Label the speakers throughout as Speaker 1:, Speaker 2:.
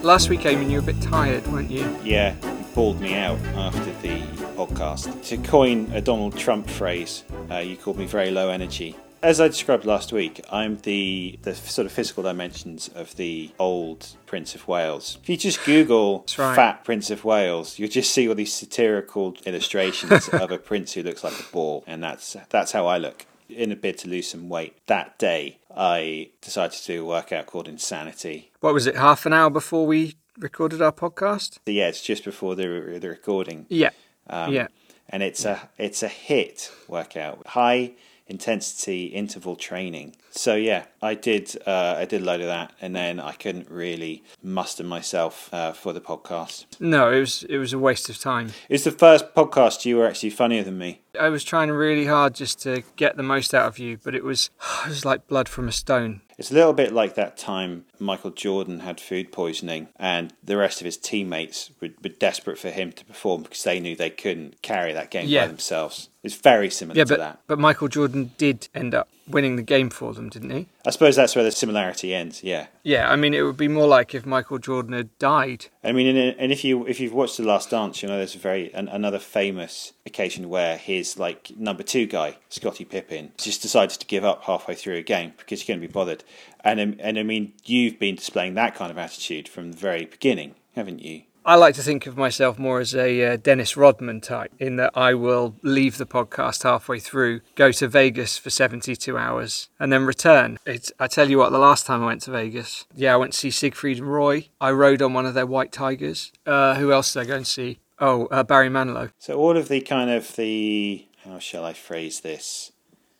Speaker 1: Last week, Eamon, you were a bit tired, weren't you?
Speaker 2: Yeah, it bawled me out after the podcast. To coin a Donald Trump phrase, uh, you called me very low energy. As I described last week, I'm the the sort of physical dimensions of the old Prince of Wales. If you just Google
Speaker 1: right.
Speaker 2: fat Prince of Wales, you'll just see all these satirical illustrations of a prince who looks like a ball, and that's that's how I look. In a bid to lose some weight that day, I decided to do a workout called Insanity.
Speaker 1: What was it, half an hour before we recorded our podcast?
Speaker 2: So yeah, it's just before the the recording.
Speaker 1: Yeah.
Speaker 2: Um,
Speaker 1: yeah.
Speaker 2: and it's a it's a hit workout, high intensity interval training. So yeah, I did uh, I did a load of that, and then I couldn't really muster myself uh, for the podcast.
Speaker 1: No, it was it was a waste of time.
Speaker 2: It's the first podcast you were actually funnier than me.
Speaker 1: I was trying really hard just to get the most out of you, but it was it was like blood from a stone.
Speaker 2: It's a little bit like that time Michael Jordan had food poisoning, and the rest of his teammates were, were desperate for him to perform because they knew they couldn't carry that game
Speaker 1: Yeah.
Speaker 2: by themselves. It's very similar
Speaker 1: Yeah,
Speaker 2: to
Speaker 1: but
Speaker 2: that.
Speaker 1: but Michael Jordan did end up winning the game for them, didn't he?
Speaker 2: I suppose that's where the similarity ends. Yeah.
Speaker 1: Yeah, I mean it would be more like if Michael Jordan had died.
Speaker 2: I mean, and, and if you if you've watched The Last Dance, you know there's a very an, another famous occasion where his like number two guy, Scottie Pippen, just decides to give up halfway through a game because he couldn't be bothered. And um, and I mean, you've been displaying that kind of attitude from the very beginning, haven't you?
Speaker 1: I like to think of myself more as a uh, Dennis Rodman type, in that I will leave the podcast halfway through, go to Vegas for 72 hours, and then return. It's, I tell you what, the last time I went to Vegas, yeah, I went to see Siegfried and Roy. I rode on one of their white tigers. Uh, who else did I go and see? Oh, uh, Barry Manilow.
Speaker 2: So all of the kind of the how shall I phrase this?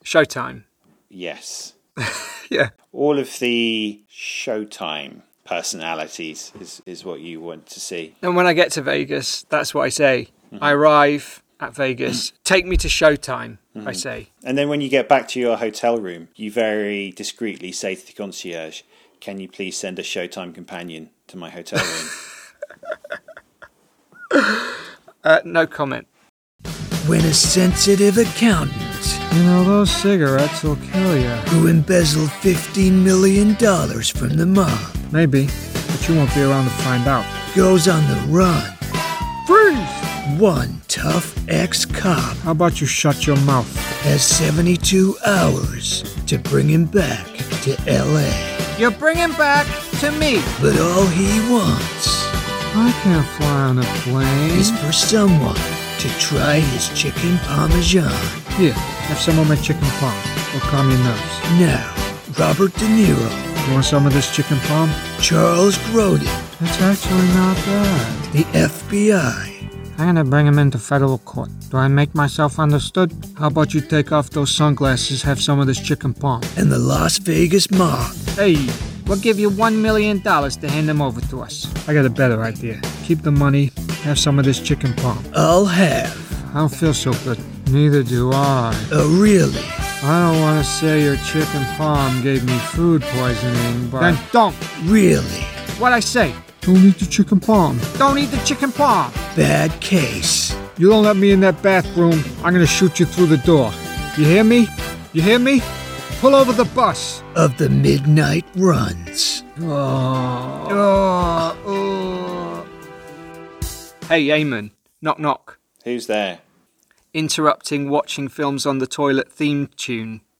Speaker 1: Showtime.
Speaker 2: Yes,
Speaker 1: Yeah.
Speaker 2: all of the Showtime personalities is is what you want to see.
Speaker 1: And when I get to Vegas, that's what I say. I arrive at Vegas. Take me to Showtime, I say.
Speaker 2: And then when you get back to your hotel room, you very discreetly say to the concierge, Can you please send a Showtime companion to my hotel room?
Speaker 1: Uh, no comment.
Speaker 3: when a sensitive accountant
Speaker 1: You know, those cigarettes will kill you.
Speaker 3: who embezzled $15 million from the mob
Speaker 1: Maybe, but you won't be around to find out.
Speaker 3: goes on the run.
Speaker 1: Freeze!
Speaker 3: One tough ex cop
Speaker 1: How about you shut your mouth?
Speaker 3: has 72 hours to bring him back to LA.
Speaker 1: You're bringing back to me.
Speaker 3: But all he wants
Speaker 1: I can't fly on a plane.
Speaker 3: is for someone to try his chicken parmesan.
Speaker 1: Here, have some of my chicken palm. It'll calm your nerves.
Speaker 3: Now, Robert De Niro,
Speaker 1: You want some of this chicken palm?
Speaker 3: Charles Grodin,
Speaker 1: It's actually not bad.
Speaker 3: the FBI,
Speaker 1: I'm gonna bring him into federal court. Do I make myself understood? How about you take off those sunglasses, have some of this chicken palm?
Speaker 3: and the Las Vegas mob.
Speaker 1: Hey, we'll give you one million dollars to hand them over to us. I got a better idea. Keep the money, have some of this chicken palm.
Speaker 3: All have
Speaker 1: I don't feel so good. Neither do I.
Speaker 3: a really
Speaker 1: I don't want to say your chicken palm gave me food poisoning, but. Then don't!
Speaker 3: really
Speaker 1: What I say? Don't eat the chicken palm. Don't eat the chicken palm!
Speaker 3: bad case.
Speaker 1: You don't let me in that bathroom, I'm gonna shoot you through the door. You hear me? You hear me? Pull over the bus!
Speaker 3: of the midnight runs.
Speaker 1: Oh, oh. Hey, Eamon. Knock, knock.
Speaker 2: Who's there?
Speaker 1: Interrupting watching films on the toilet theme tune.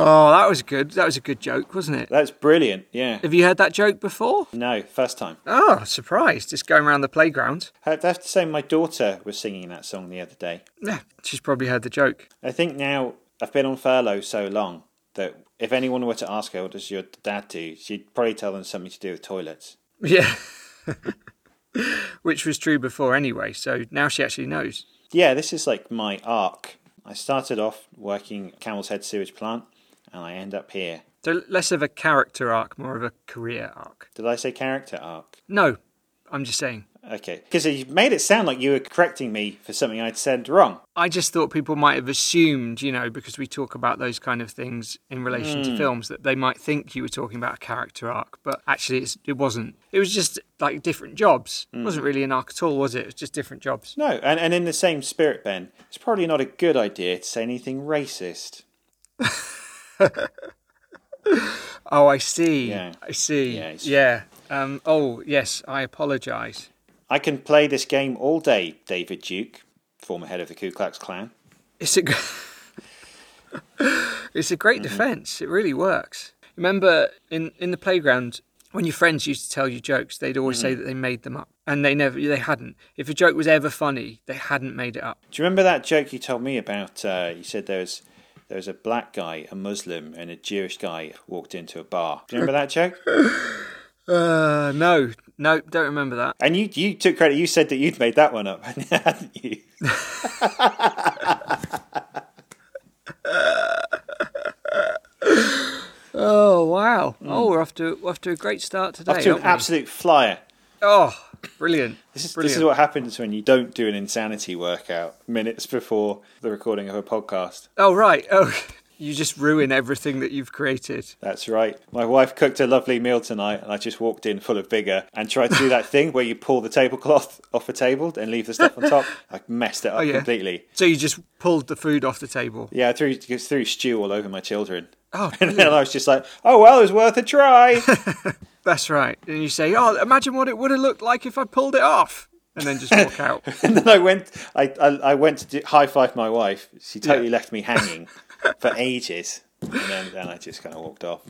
Speaker 1: Oh, that was good. That was a good joke, wasn't it?
Speaker 2: That's brilliant. Yeah.
Speaker 1: Have you heard that joke before?
Speaker 2: No, first time.
Speaker 1: Oh, surprised. It's going around the playground.
Speaker 2: I have to say, my daughter was singing that song the other day.
Speaker 1: Yeah, she's probably heard the joke.
Speaker 2: I think now I've been on furlough so long that if anyone were to ask her, what does your dad do? She'd probably tell them something to do with toilets.
Speaker 1: Yeah. Which was true before anyway, so now she actually knows.
Speaker 2: Yeah, this is like my arc. I started off working at Camel's Head Sewage Plant and I end up here.
Speaker 1: So less of a character arc, more of a career arc.
Speaker 2: Did I say character arc?
Speaker 1: No, I'm just saying.
Speaker 2: Okay. Because you made it sound like you were correcting me for something I'd said wrong.
Speaker 1: I just thought people might have assumed, you know, because we talk about those kind of things in relation to films, that they might think you were talking about a character arc, but actually it's, it wasn't. It was just like different jobs. It wasn't really an arc at all, was it? It was just different jobs.
Speaker 2: No, and, and in the same spirit, Ben, it's probably not a good idea to say anything racist.
Speaker 1: Oh, I see.
Speaker 2: Yeah.
Speaker 1: I see.
Speaker 2: Yeah, it's-
Speaker 1: Yeah. Um, oh, yes, I apologise.
Speaker 2: I can play this game all day, David Duke, former head of the Ku Klux Klan.
Speaker 1: It's a, gr- it's a great
Speaker 2: Mm-hmm.
Speaker 1: defense. It really works. Remember in, in the playground when your friends used to tell you jokes, they'd always say
Speaker 2: Mm-hmm.
Speaker 1: that they made them up, and they never they hadn't. If a joke was ever funny, they hadn't made it up.
Speaker 2: Do you remember that joke you told me about? Uh, you said there was there was a black guy, a Muslim, and a Jewish guy walked into a bar. Do you remember that joke?
Speaker 1: Uh, no, no, don't remember that.
Speaker 2: And you you took credit. You said that you'd made that one up, hadn't you?
Speaker 1: Oh wow! Oh, we're off to we're off to a great start today.
Speaker 2: Off to an
Speaker 1: aren't we?
Speaker 2: absolute flyer.
Speaker 1: oh, brilliant!
Speaker 2: This is, this
Speaker 1: brilliant.
Speaker 2: is what happens when you don't do an insanity workout minutes before the recording of a podcast.
Speaker 1: oh right. Oh, you just ruin everything that you've created.
Speaker 2: That's right. My wife cooked a lovely meal tonight, and I just walked in full of vigor and tried to do that thing where you pull the tablecloth off a table and leave the stuff on top. I messed it up
Speaker 1: Oh, yeah.
Speaker 2: completely.
Speaker 1: So you just pulled the food off the table.
Speaker 2: Yeah, I threw, threw stew all over my children.
Speaker 1: Oh,
Speaker 2: and then I was just like, oh, well, it was worth a try.
Speaker 1: That's right. And you say, "Oh, imagine what it would have looked like if I pulled it off," and then just walk out.
Speaker 2: and then I went, I, I, I went to do, high five my wife. She totally
Speaker 1: Yeah.
Speaker 2: left me hanging for ages. And then, then I just kind of walked off.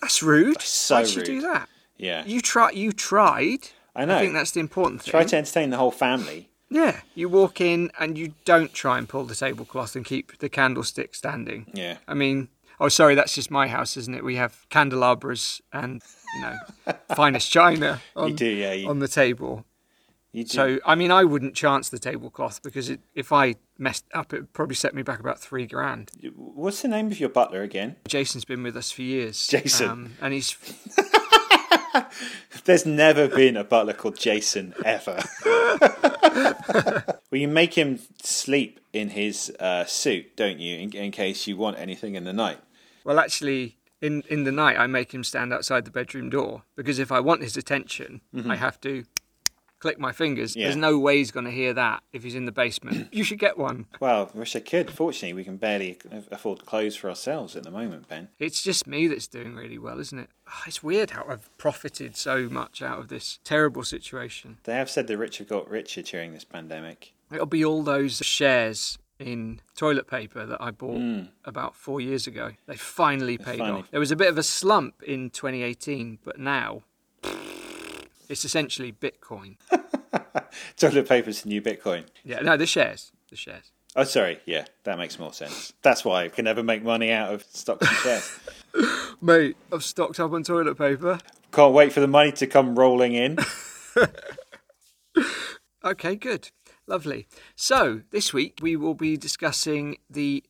Speaker 1: That's rude.
Speaker 2: so
Speaker 1: Why'd you do
Speaker 2: rude.
Speaker 1: that?
Speaker 2: Yeah.
Speaker 1: You try. You tried.
Speaker 2: I know.
Speaker 1: I think that's the important thing.
Speaker 2: Try to entertain the whole family.
Speaker 1: Yeah. You walk in and you don't try and pull the tablecloth and keep the candlestick standing.
Speaker 2: Yeah.
Speaker 1: I mean, oh, sorry, that's just my house, isn't it? We have candelabras and you know, finest china on,
Speaker 2: do, yeah, you-
Speaker 1: on the table.
Speaker 2: You do.
Speaker 1: So, I mean, I wouldn't chance the tablecloth because it, if I messed up, it would probably set me back about three grand.
Speaker 2: What's the name of your butler again?
Speaker 1: Jason's been with us for years. Um,
Speaker 2: Jason.
Speaker 1: and he's
Speaker 2: There's never been a butler called Jason ever. well, you make him sleep in his uh, suit, don't you, in, in case you want anything in the night?
Speaker 1: well, actually, in in the night, I make him stand outside the bedroom door because if I want his attention, I have to click my fingers.
Speaker 2: Mm-hmm. Yeah.
Speaker 1: There's no way he's going to hear that if he's in the basement. you should get one.
Speaker 2: Well, I wish I could. Fortunately, we can barely afford clothes for ourselves at the moment, Ben.
Speaker 1: It's just me that's doing really well, isn't it? Ah, It's weird how I've profited so much out of this terrible situation.
Speaker 2: They have said the rich have got richer during this pandemic.
Speaker 1: It'll be all those shares in toilet paper that I bought about four years ago. They finally paid
Speaker 2: finally-
Speaker 1: off. There was a bit of a slump in 2018, but now it's essentially Bitcoin.
Speaker 2: Toilet paper's the new Bitcoin.
Speaker 1: Yeah, no, the shares, the shares.
Speaker 2: Oh, sorry. Yeah, that makes more sense. That's why I can never make money out of stocks and shares.
Speaker 1: Mate, I've stocked up on toilet paper.
Speaker 2: Can't wait for the money to come rolling in.
Speaker 1: Okay, good. Lovely. So, this week we will be discussing the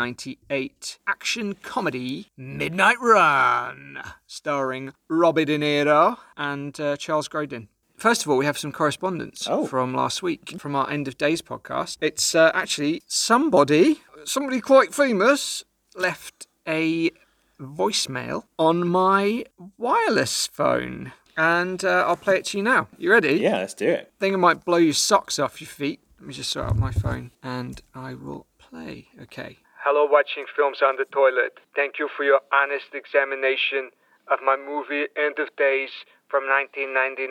Speaker 1: 1998 action comedy Midnight Run, starring Robbie De Niro and uh, Charles Grodin. First of all, we have some correspondence
Speaker 2: Oh.
Speaker 1: from last week from our End of Days podcast. It's uh, actually somebody, somebody quite famous, left a voicemail on my wireless phone. And uh, I'll play it to you now. You ready?
Speaker 2: Yeah, let's do it.
Speaker 1: think I might blow your socks off your feet. Let me just sort out my phone and I will play. Okay. Hello, watching films on the toilet. Thank you for your honest examination of my movie End of Days from 1999.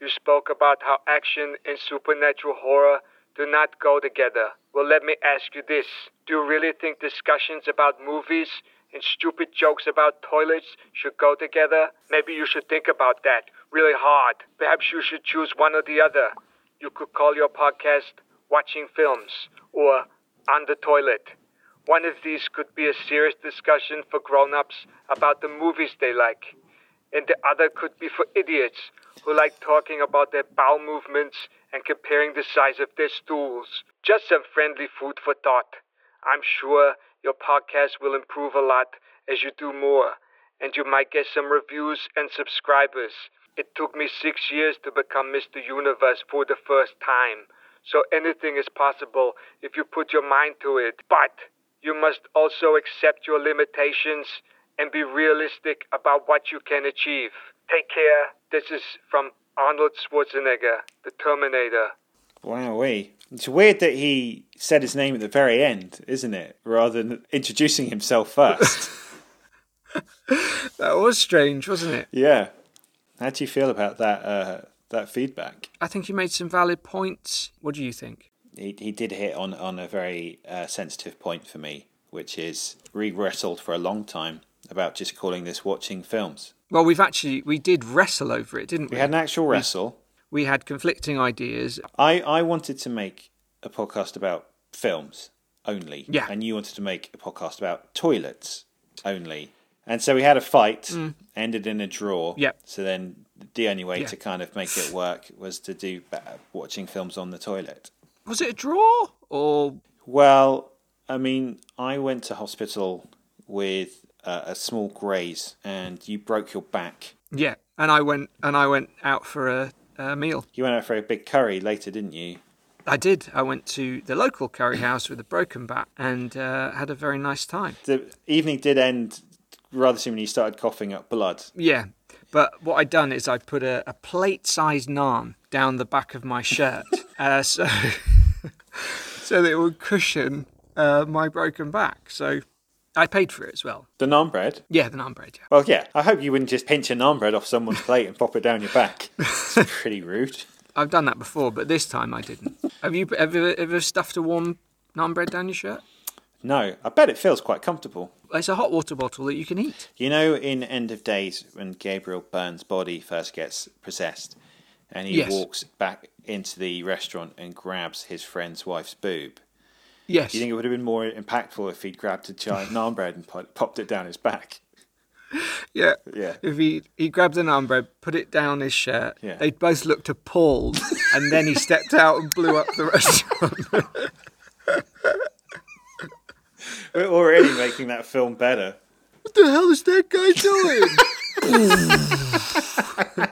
Speaker 1: You spoke about how action and supernatural horror do not go together. Well, let me ask you this Do you really think discussions about movies and stupid jokes about toilets should go together? Maybe you should think about that really hard. Perhaps you should choose one or the other. You could call your podcast Watching Films or On the Toilet. One of these could be a serious discussion for grown ups about the movies they like, and the other could be for idiots who like talking about their bowel movements and comparing the size of their stools. Just some friendly food for thought. I'm sure your podcast will improve a lot as you do more, and you might get some reviews and subscribers. It took me six years to become Mr. Universe for the first time, so anything is possible if you put your mind to it. But you must also accept your limitations and be realistic about what you can achieve. Take care. This is from Arnold Schwarzenegger, the Terminator.
Speaker 2: Wowee. It's weird that he said his name at the very end, isn't it? Rather than introducing himself first.
Speaker 1: That was strange, wasn't it?
Speaker 2: yeah. How do you feel about that uh, that feedback?
Speaker 1: I think he made some valid points. What do you think?
Speaker 2: He, he did hit on, on a very uh, sensitive point for me, which is we wrestled for a long time about just calling this watching films.
Speaker 1: Well, we've actually we did wrestle over it, didn't we?
Speaker 2: We had an actual
Speaker 1: Mm.
Speaker 2: wrestle.
Speaker 1: we had conflicting ideas.
Speaker 2: I, I wanted to make a podcast about films only.
Speaker 1: Yeah.
Speaker 2: And you wanted to make a podcast about toilets only. And so we had a fight, ended in a draw.
Speaker 1: Yep.
Speaker 2: So then the only way
Speaker 1: Mm. Yeah.
Speaker 2: to kind of make it work was to do ba- watching films on the toilet.
Speaker 1: Was it a draw or
Speaker 2: Well, I mean, I went to hospital with uh, a small graze and you broke your back.
Speaker 1: yeah? And I went and I went out for a, a meal.
Speaker 2: You went out for a big curry later, didn't you?
Speaker 1: I did. I went to the local curry house with a broken back and uh, had a very nice time.
Speaker 2: The evening did end rather soon when you started coughing up blood.
Speaker 1: Yeah. But what I'd done is I put a, a plate sized naan down the back of my shirt uh, so, so that it would cushion uh, my broken back. So I paid for it as well.
Speaker 2: The naan bread?
Speaker 1: Yeah, the naan bread. Yeah.
Speaker 2: Well, yeah. I hope you wouldn't just pinch a naan bread off someone's plate and pop it down your back. It's pretty rude.
Speaker 1: I've done that before, but this time I didn't. Have you ever, ever stuffed a warm naan bread down your shirt?
Speaker 2: No, I bet it feels quite comfortable.
Speaker 1: It's a hot water bottle that you can eat.
Speaker 2: You know, in End of Days, when Gabriel Byrne's body first gets possessed, and he
Speaker 1: Yes.
Speaker 2: walks back into the restaurant and grabs his friend's wife's boob.
Speaker 1: Yes.
Speaker 2: Do you think it would have been more impactful if he'd grabbed a giant naan bread and po- popped it down his back?
Speaker 1: Yeah.
Speaker 2: Yeah.
Speaker 1: If he he grabbed an armbread, put it down his shirt.
Speaker 2: Yeah.
Speaker 1: They both looked appalled, and then he stepped out and blew up the restaurant.
Speaker 2: We're already making that film better.
Speaker 1: what the hell is that guy doing?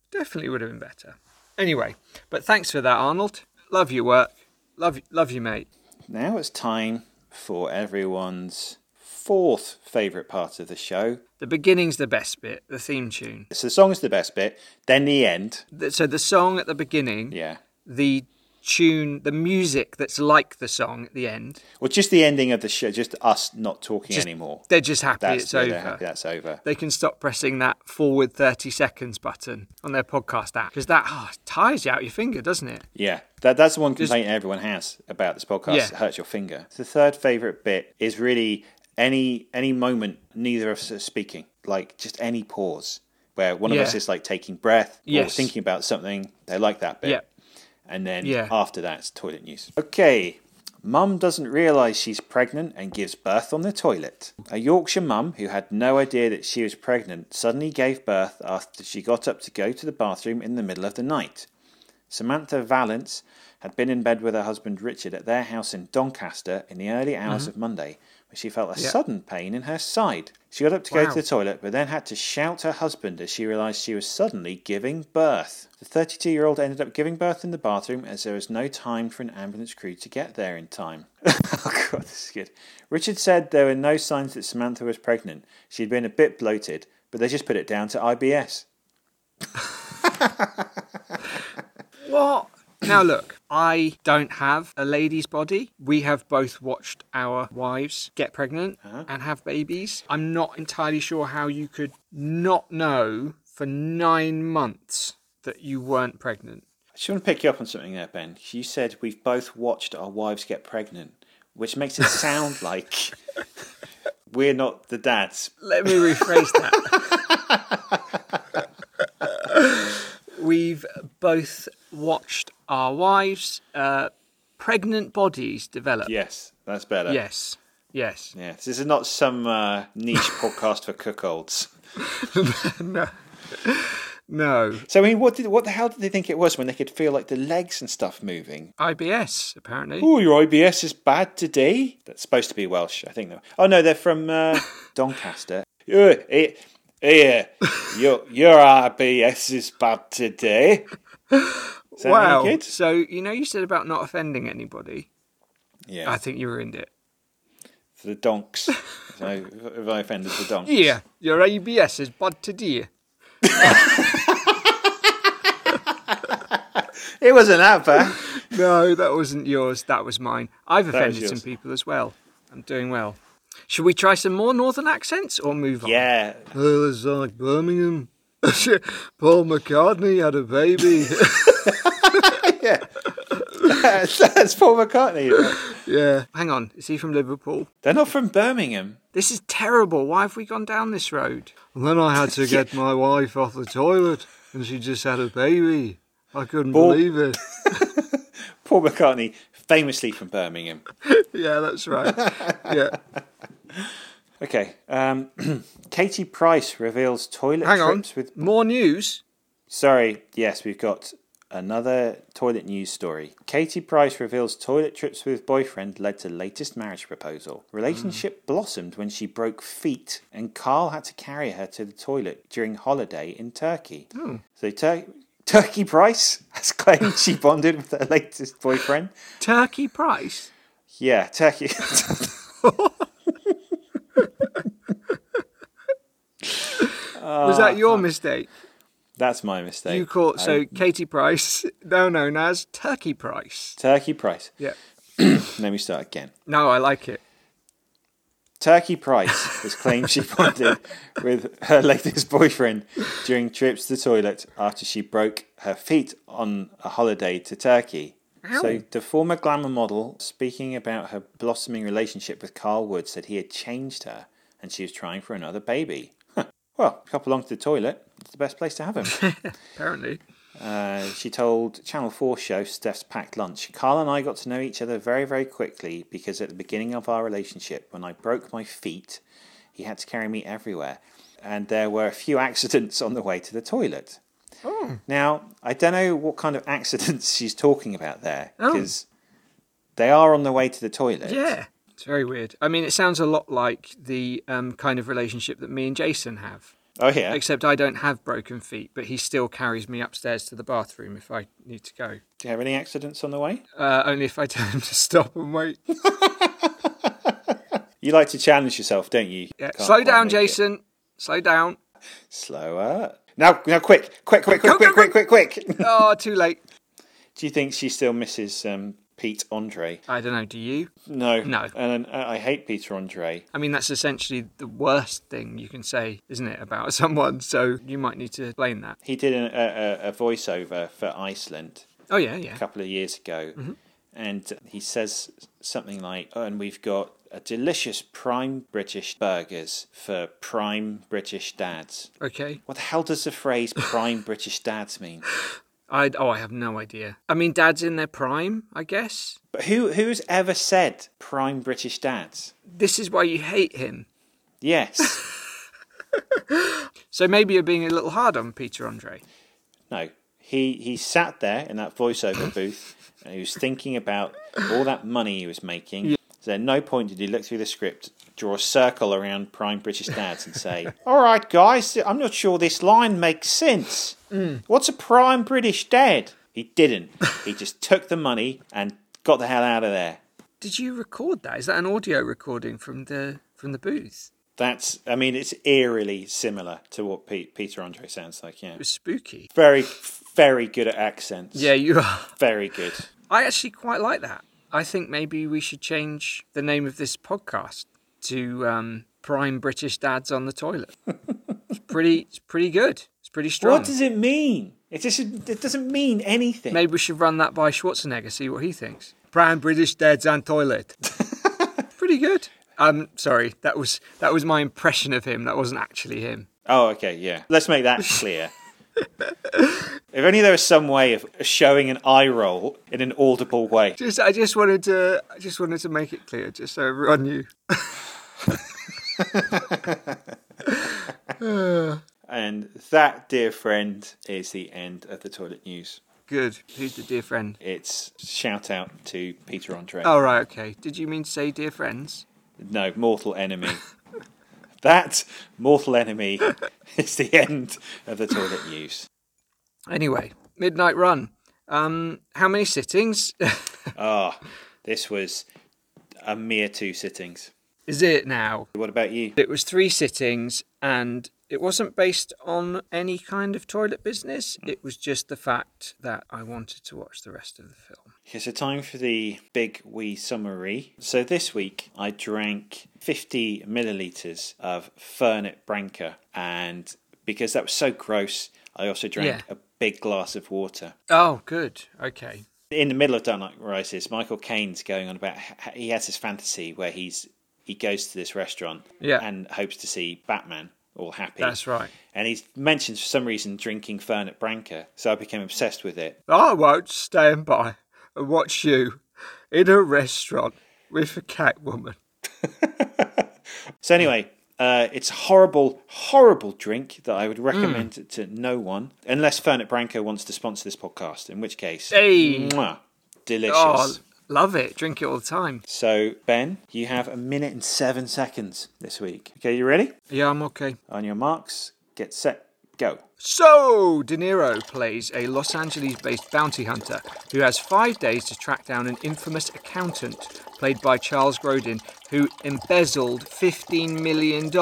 Speaker 1: Definitely would have been better. Anyway, but thanks for that, Arnold. Love your work. Love love you, mate.
Speaker 2: Now it's time for everyone's fourth favourite part of the show.
Speaker 1: The beginning's the best bit. The theme tune.
Speaker 2: So the song's the best bit, then the end.
Speaker 1: Th- So the song at the beginning,
Speaker 2: Yeah.
Speaker 1: the tune, the music that's like the song at the end.
Speaker 2: Well, just the ending of the show, just us not talking anymore.
Speaker 1: They're just happy
Speaker 2: That's
Speaker 1: it's
Speaker 2: yeah,
Speaker 1: over.
Speaker 2: they're happy that's over.
Speaker 1: they can stop pressing that forward 30 seconds button on their podcast app because that ah, tires you out your finger, doesn't it?
Speaker 2: Yeah, that, that's the one complaint everyone has about this podcast.
Speaker 1: Yeah.
Speaker 2: It hurts your finger. The third favorite bit is really any any moment neither of us are speaking, like just any pause where one of
Speaker 1: Yeah.
Speaker 2: us is like taking breath or
Speaker 1: Yes.
Speaker 2: thinking about something. They like that bit.
Speaker 1: Yeah.
Speaker 2: And then
Speaker 1: Yeah.
Speaker 2: after that, it's toilet news. Okay. Mum doesn't realise she's pregnant and gives birth on the toilet. A Yorkshire mum who had no idea that she was pregnant suddenly gave birth after she got up to go to the bathroom in the middle of the night. Samantha Valence had been in bed with her husband Richard at their house in Doncaster in the early hours of Monday when she felt a
Speaker 1: Mm-hmm. Yeah.
Speaker 2: sudden pain in her side. She got up to go
Speaker 1: Wow.
Speaker 2: to the toilet but then had to shout her husband as she realised she was suddenly giving birth. The 32 year old ended up giving birth in the bathroom as there was no time for an ambulance crew to get there in time. oh god, this is good. Richard said there were no signs that Samantha was pregnant. She'd been a bit bloated, but they just put it down to IBS.
Speaker 1: What? now, look, I don't have a lady's body. We have both watched our wives get pregnant and have babies. I'm not entirely sure how you could not know for nine months that you weren't pregnant.
Speaker 2: I just want to pick you up on something there, Ben. You said we've both watched our wives get pregnant, which makes it sound like We're not the dads.
Speaker 1: Let me rephrase that. We've both watched our wives' uh, pregnant bodies develop.
Speaker 2: Yes, that's better.
Speaker 1: Yes. Yes.
Speaker 2: Yeah, this is not some uh, niche podcast for cuckolds.
Speaker 1: No.
Speaker 2: So I mean, what did what the hell did they think it was when they could feel like the legs and stuff moving?
Speaker 1: IBS, apparently.
Speaker 2: Oh, your IBS is bad today. That's supposed to be Welsh, I think. Though. Oh no, they're from uh, Doncaster. Yeah, eh, eh, your your IBS is bad today. Is that
Speaker 1: wow.
Speaker 2: any good?
Speaker 1: So, you know, you said about not offending anybody.
Speaker 2: Yeah,
Speaker 1: I think you ruined it.
Speaker 2: the donks. So have I offended the donks?
Speaker 1: Yeah, your IBS is bad today.
Speaker 2: it wasn't that bad.
Speaker 1: No, that wasn't yours. That was mine. I've
Speaker 2: was
Speaker 1: offended some
Speaker 2: yours.
Speaker 1: people as well. I'm doing well. Should we try some more northern accents or move on?
Speaker 2: yeah,
Speaker 3: Oh, it's like Birmingham. Paul McCartney had a baby.
Speaker 2: yeah. that's, that's Paul McCartney. isn't it?
Speaker 3: yeah.
Speaker 1: Hang on, is he from Liverpool?
Speaker 2: They're not from Birmingham.
Speaker 1: This is terrible. Why have we gone down this road?
Speaker 3: And then I had to get my wife off the toilet, and she just had a baby. I couldn't
Speaker 2: Paul-
Speaker 3: believe it.
Speaker 2: Paul McCartney, famously from Birmingham.
Speaker 3: Yeah, that's right. Yeah.
Speaker 2: Okay. Um, Katie Price reveals toilet
Speaker 1: Hang on.
Speaker 2: trips with.
Speaker 1: More news.
Speaker 2: Sorry. Yes, we've got another toilet news story. Katie Price reveals toilet trips with boyfriend led to latest marriage proposal.
Speaker 1: Mm.
Speaker 2: Relationship blossomed when she broke feet, and Carl had to carry her to the toilet during holiday in Turkey.
Speaker 1: Hmm.
Speaker 2: So Tur- Turkey Price has claimed she bonded with her latest boyfriend.
Speaker 1: Turkey Price.
Speaker 2: Yeah, Turkey. Oh,
Speaker 1: Was that your mistake?
Speaker 2: That's my mistake.
Speaker 1: You caught so
Speaker 2: I-
Speaker 1: Katie Price, now known as Turkey Price.
Speaker 2: Turkey Price.
Speaker 1: Yeah.
Speaker 2: Let me start again.
Speaker 1: No, I like it.
Speaker 2: Turkey Price has claimed she bonded with her latest boyfriend during trips to the toilet after she broke her feet on a holiday to Turkey. So, the former glamour model, speaking about her blossoming relationship with Carl Wood, said he had changed her and she was trying for another baby. Huh. Well, hop along to the toilet. It's the best place to have him.
Speaker 1: Apparently.
Speaker 2: Uh, she told Channel 4 show Steph's Packed Lunch, Carl and I got to know each other very, very quickly because at the beginning of our relationship, when I broke my feet, he had to carry me everywhere. And there were a few accidents on the way to the toilet.
Speaker 1: Hmm.
Speaker 2: Now, I don't know what kind of accidents she's talking about there because they are on the way to the toilet.
Speaker 1: Oh. Yeah. It's very weird. I mean, it sounds a lot like the um, kind of relationship that me and Jason have.
Speaker 2: Oh, yeah.
Speaker 1: Except I don't have broken feet, but he still carries me upstairs to the bathroom if I need to go.
Speaker 2: Do you have any accidents on the way?
Speaker 1: Uh, only if I tell him to stop and wait.
Speaker 2: You like to challenge yourself, don't you?
Speaker 1: Yeah.
Speaker 2: Can't
Speaker 1: Slow
Speaker 2: quite
Speaker 1: down,
Speaker 2: make it.
Speaker 1: Jason. Slow down.
Speaker 2: Slower. Now, now, quick, quick, quick,
Speaker 1: Go,
Speaker 2: quick,
Speaker 1: go,
Speaker 2: quick, quick, quick, quick.
Speaker 1: Oh, too late.
Speaker 2: Do you think she still misses um, Pete Andre?
Speaker 1: I don't know. Do you?
Speaker 2: No.
Speaker 1: No.
Speaker 2: And uh, I hate Peter Andre.
Speaker 1: I mean, that's essentially the worst thing you can say, isn't it, about someone? So you might need to explain that.
Speaker 2: He did an, a, a, a voiceover for Iceland
Speaker 1: Oh, yeah, yeah.
Speaker 2: a couple of years ago. And he says something like, oh, and we've got a delicious prime British burgers for prime British dads.
Speaker 1: Okay.
Speaker 2: What the hell does the phrase prime British dads mean?
Speaker 1: I oh, I have no idea. I mean, dad's in their prime, I guess.
Speaker 2: But who who's ever said prime British dads?
Speaker 1: This is why you hate him.
Speaker 2: Yes.
Speaker 1: So maybe you're being a little hard on Peter Andre.
Speaker 2: No, he he sat there in that voiceover booth and he was thinking about all that money he was making. So at no point did he look through the script, draw a circle around prime British dads, and say, "All right, guys, I'm not sure this line makes sense. What's a prime British dad?" He didn't. He just took the money and got the hell out of there.
Speaker 1: Did you record that? Is that an audio recording from the from the booth?
Speaker 2: That's, I mean, it's eerily similar to what Pete, Peter Andre sounds like. Yeah,
Speaker 1: It was spooky.
Speaker 2: very, very good at accents.
Speaker 1: Yeah, you are.
Speaker 2: very good.
Speaker 1: I actually quite like that. I think maybe we should change the name of this podcast to um, "Prime British Dads on the Toilet." it's pretty. It's pretty good. It's pretty strong.
Speaker 2: What does it mean? It just it doesn't mean anything.
Speaker 1: Maybe we should run that by Schwarzenegger, see what he thinks. Prime British Dads on Toilet. pretty good. I'm sorry. That was that was my impression of him. That wasn't actually him.
Speaker 2: Oh, okay, yeah. Let's make that clear. if only there was some way of showing an eye roll in an audible way.
Speaker 1: Just I just wanted to I just wanted to make it clear, just so everyone knew.
Speaker 2: And that, dear friend, is the end of the toilet news.
Speaker 1: Good. Who's the dear friend?
Speaker 2: It's shout out to Peter Andre.
Speaker 1: Oh right, okay. Did you mean to say dear friends?
Speaker 2: No, mortal enemy. that mortal enemy is the end of the toilet news.
Speaker 1: Anyway, Midnight Run. Um, how many sittings
Speaker 2: Ah, this was a mere two sittings.
Speaker 1: is it now?
Speaker 2: What about you?
Speaker 1: It was three sittings, and it wasn't based on any kind of toilet business. It was just the fact that I wanted to watch the rest of the film.
Speaker 2: Okay, so time for the big wee summary. So this week I drank 50 millilitres of Fernet Branca, and because that was so gross, I also drank
Speaker 1: Yeah.
Speaker 2: a big glass of water.
Speaker 1: Oh, good. Okay.
Speaker 2: in the middle of Dark Knight Rises, Michael Caine's going on about h- he has his fantasy where he's he goes to this restaurant
Speaker 1: Yeah.
Speaker 2: and hopes to see Batman all happy.
Speaker 1: That's right.
Speaker 2: And he's mentioned for some reason drinking Fernet Branca, so I became obsessed with it.
Speaker 1: I won't stand by and watch you in a restaurant with a cat woman.
Speaker 2: So anyway, uh, it's a horrible, horrible drink that I would recommend to no one, unless Fernet Branca wants to sponsor this podcast, in which case,
Speaker 1: Hey.
Speaker 2: mwah, delicious.
Speaker 1: Oh, love it. Drink it all the time.
Speaker 2: So Ben, you have a minute and seven seconds this week. Okay, you ready?
Speaker 1: Yeah, I'm okay.
Speaker 2: On your marks, get set, go.
Speaker 1: So, De Niro plays a Los Angeles based bounty hunter who has five days to track down an infamous accountant, played by Charles Grodin, who embezzled $15 million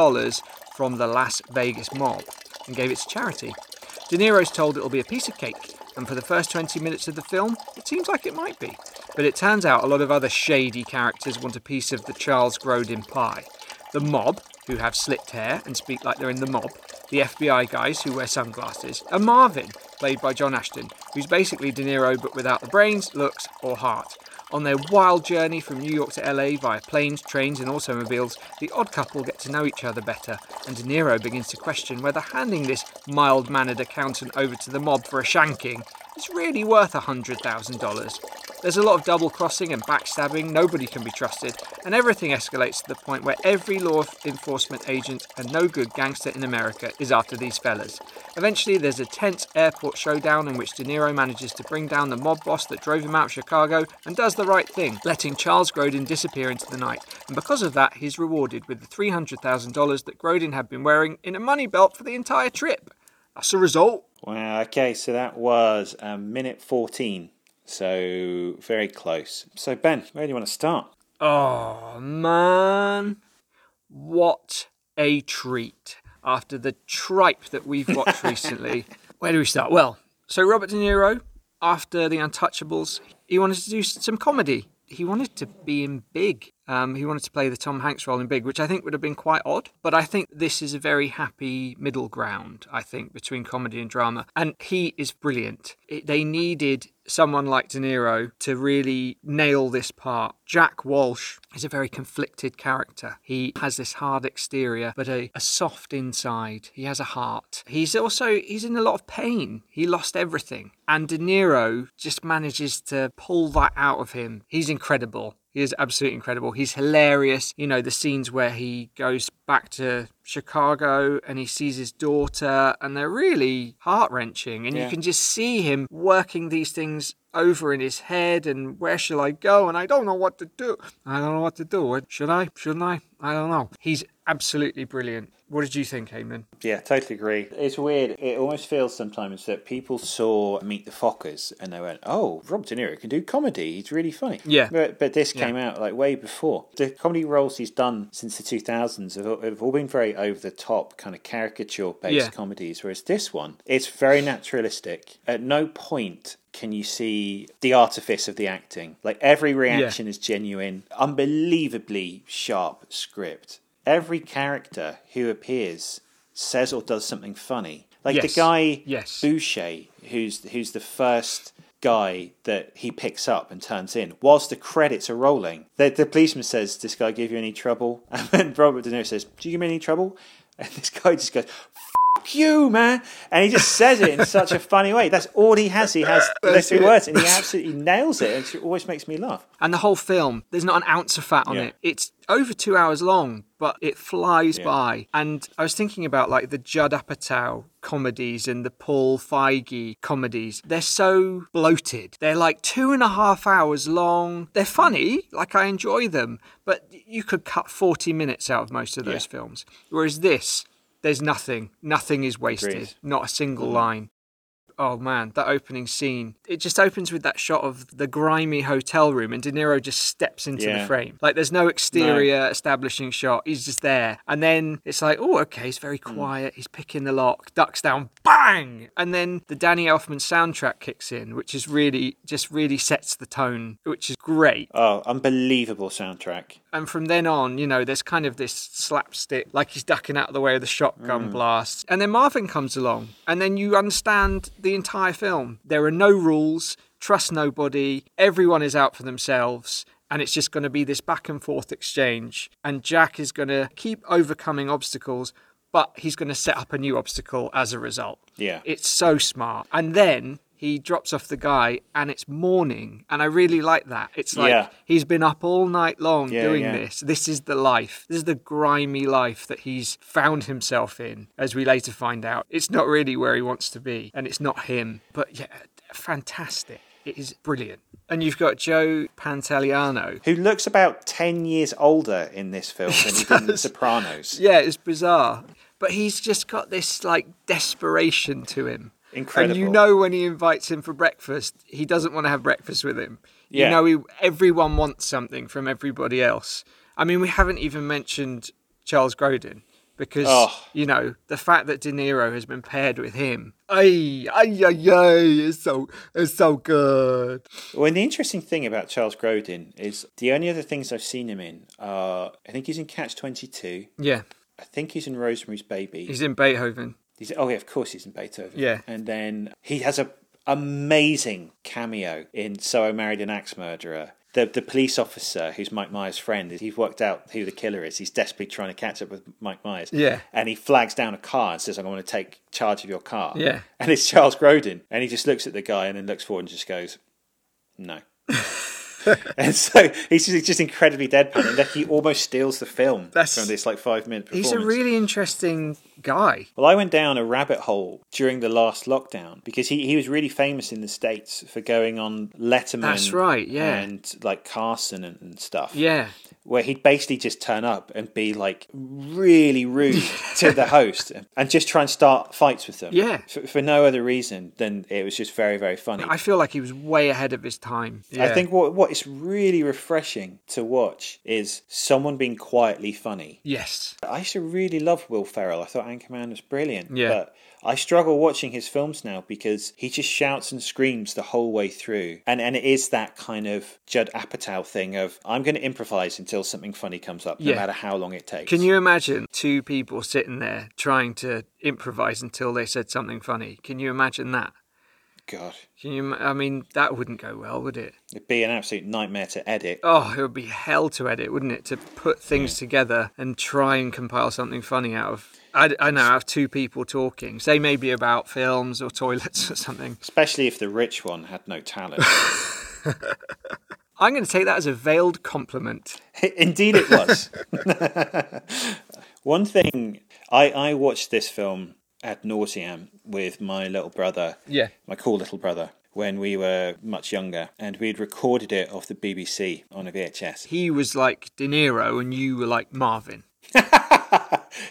Speaker 1: from the Las Vegas mob and gave it to charity. De Niro's told it'll be a piece of cake, and for the first 20 minutes of the film, it seems like it might be. But it turns out a lot of other shady characters want a piece of the Charles Grodin pie. The mob, who have slicked hair and speak like they're in the mob, the FBI guys who wear sunglasses, and Marvin, played by John Ashton, who's basically De Niro but without the brains, looks, or heart. On their wild journey from New York to LA via planes, trains, and automobiles, the odd couple get to know each other better, and De Niro begins to question whether handing this mild mannered accountant over to the mob for a shanking is really worth $100,000. There's a lot of double crossing and backstabbing, nobody can be trusted, and everything escalates to the point where every law enforcement agent and no good gangster in America is after these fellas. Eventually, there's a tense airport showdown in which De Niro manages to bring down the mob boss that drove him out of Chicago and does the right thing, letting Charles Grodin disappear into the night. And because of that, he's rewarded with the $300,000 that Grodin had been wearing in a money belt for the entire trip. That's the result.
Speaker 2: Wow, okay, so that was a minute 14. So very close. So, Ben, where do you want to start?
Speaker 1: Oh man, what a treat after the tripe that we've watched recently. Where do we start? Well, so Robert De Niro, after The Untouchables, he wanted to do s- some comedy. He wanted to be in Big. Um, he wanted to play the Tom Hanks role in Big, which I think would have been quite odd. But I think this is a very happy middle ground, I think, between comedy and drama. And he is brilliant. It, they needed someone like De Niro to really nail this part. Jack Walsh is a very conflicted character. He has this hard exterior, but a, a soft inside. He has a heart. He's also he's in a lot of pain. He lost everything. And De Niro just manages to pull that out of him. He's incredible. He is absolutely incredible. He's hilarious. You know, the scenes where he goes back to Chicago and he sees his daughter, and they're really heart wrenching. And you
Speaker 2: Yeah.
Speaker 1: can just see him working these things over in his head and where shall I go? And I don't know what to do. I don't know what to do. Should I? Shouldn't I? I don't know. He's absolutely brilliant. What did you think, Heyman?
Speaker 2: Yeah, totally agree. It's weird. It almost feels sometimes that people saw Meet the Fockers and they went, "Oh, Rob De Niro can do comedy. He's really funny."
Speaker 1: Yeah.
Speaker 2: But, but this came out like way before. The comedy roles he's done since the 2000s have, all- have all been very over the top, kind of caricature based
Speaker 1: Yeah.
Speaker 2: comedies. Whereas this one, it's very naturalistic. At no point can you see the artifice of the acting. Like every reaction is genuine, unbelievably sharp script. Every character who appears says or does something funny. Like
Speaker 1: Yes.
Speaker 2: the guy
Speaker 1: Yes.
Speaker 2: Boucher, who's who's the first guy that he picks up and turns in whilst the credits are rolling. The, the policeman says, "This guy give you any trouble?" And then Robert De Niro says, "Do you give me any trouble?" And this guy just goes. F- you man, and he just says it in such a funny way. That's all he has. He has those three
Speaker 4: it.
Speaker 2: words, and he absolutely nails it. and It always makes me laugh.
Speaker 1: And the whole film, there's not an ounce of fat on
Speaker 2: Yeah.
Speaker 1: it. It's over two hours long, but it flies
Speaker 2: Yeah.
Speaker 1: by. And I was thinking about like the Judd Apatow comedies and the Paul Feige comedies. They're so bloated. They're like two and a half hours long. They're funny, like I enjoy them, but you could cut 40 minutes out of most of those
Speaker 2: Yeah.
Speaker 1: films. Whereas this, there's nothing. Nothing is wasted.
Speaker 2: Agreed. Mm.
Speaker 1: Not a single line oh man, that opening scene. It just opens with that shot of the grimy hotel room and De Niro just steps into the
Speaker 2: Yeah.
Speaker 1: frame. Like there's no exterior establishing shot. He's just there. And then it's like, oh, okay, he's very quiet. He's picking the lock, ducks down, bang! And then the Danny Elfman soundtrack kicks in, which is really, just really sets the tone, which is great.
Speaker 2: Oh, unbelievable soundtrack.
Speaker 1: And from then on, you know, there's kind of this slapstick, like he's ducking out of the way of the
Speaker 2: Mm.
Speaker 1: shotgun blast. And then Marvin comes along, and then you understand the entire film. There are no rules, trust nobody, everyone is out for themselves. And it's just going to be this back and forth exchange. And Jack is going to keep overcoming obstacles, but he's going to set up a new obstacle as a result.
Speaker 2: Yeah.
Speaker 1: It's so smart. And then he drops off the guy and it's morning. And I really like that. It's like
Speaker 2: Yeah.
Speaker 1: he's been up all night long
Speaker 2: Yeah,
Speaker 1: doing
Speaker 2: yeah.
Speaker 1: this. This is the life. This is the grimy life that he's found himself in, as we later find out. It's not really where he wants to be, and it's not him. But yeah, fantastic. It is brilliant. And you've got Joe Pantoliano.
Speaker 2: who looks about 10 years older in this film than he did in The Sopranos.
Speaker 1: Yeah, it's bizarre. But he's just got this like desperation to him. And you
Speaker 2: Incredible.
Speaker 1: know when he invites him for breakfast, he doesn't want to have breakfast with him.
Speaker 2: Yeah.
Speaker 1: You know, he, everyone wants something from everybody else. I mean, we haven't even mentioned Charles Grodin because,
Speaker 2: Oh.
Speaker 1: you know, the fact that De Niro has been paired with him. Ay, ay, ay, ay, it's so, it's so good.
Speaker 2: Well, and the interesting thing about Charles Grodin is the only other things I've seen him in are I think he's in Catch 22,
Speaker 1: Yeah,
Speaker 2: I think he's in Rosemary's Baby.
Speaker 1: he's in Beethoven.
Speaker 2: He's, oh, yeah, of course he's in Beethoven.
Speaker 1: Yeah.
Speaker 2: And then he has a amazing cameo in So I Married an Axe Murderer. The, the police officer who's Mike Myers' friend, he's worked out who the killer is. He's desperately trying to catch up with Mike Myers.
Speaker 1: Yeah.
Speaker 2: And he flags down a car and says, I'm going to take charge of your car.
Speaker 1: Yeah.
Speaker 2: And it's Charles Grodin. And he just looks at the guy and then looks forward and just goes, no. and so he's just, he's just incredibly deadpan. And then he almost steals the film
Speaker 1: That's-
Speaker 2: from this like five minute performance.
Speaker 1: He's a really interesting guy.
Speaker 2: Well, I went down a rabbit hole during the last lockdown because he, he was really famous in the States for going on Letterman.
Speaker 1: That's right, yeah.
Speaker 2: And like Carson and, and stuff.
Speaker 1: Yeah.
Speaker 2: Where he'd basically just turn up and be like really rude to the host and just try and start fights with them.
Speaker 1: Yeah.
Speaker 2: For, for no other reason than it was just very, very funny.
Speaker 1: I feel like he was way ahead of his time.
Speaker 2: I
Speaker 1: Yeah.
Speaker 2: think what what is really refreshing to watch is someone being quietly funny.
Speaker 1: Yes.
Speaker 2: I used to really love Will Ferrell. I thought Anchorman was brilliant.
Speaker 1: Yeah.
Speaker 2: But I struggle watching his films now because he just shouts and screams the whole way through. And and it is that kind of Judd Apatow thing of I'm going to improvise until something funny comes up,
Speaker 1: Yeah.
Speaker 2: no matter how long it takes.
Speaker 1: Can you imagine two people sitting there trying to improvise until they said something funny? Can you imagine that?
Speaker 2: God,
Speaker 1: Can you? I mean, that wouldn't go well, would it?
Speaker 2: it'd be an absolute nightmare to edit.
Speaker 1: Oh, it would be hell to edit, wouldn't it? To put things together and try and compile something funny out of. I, I know, out of two people talking, say maybe about films or toilets or something.
Speaker 2: Especially if the rich one had no talent.
Speaker 1: I'm going to take that as a veiled compliment.
Speaker 2: Indeed, it was. One thing I, I watched this film ad nauseam with my little brother.
Speaker 1: Yeah.
Speaker 2: my cool little brother. When we were much younger, and we'd recorded it off the BBC on a VHS.
Speaker 1: He was like De Niro and you were like Marvin.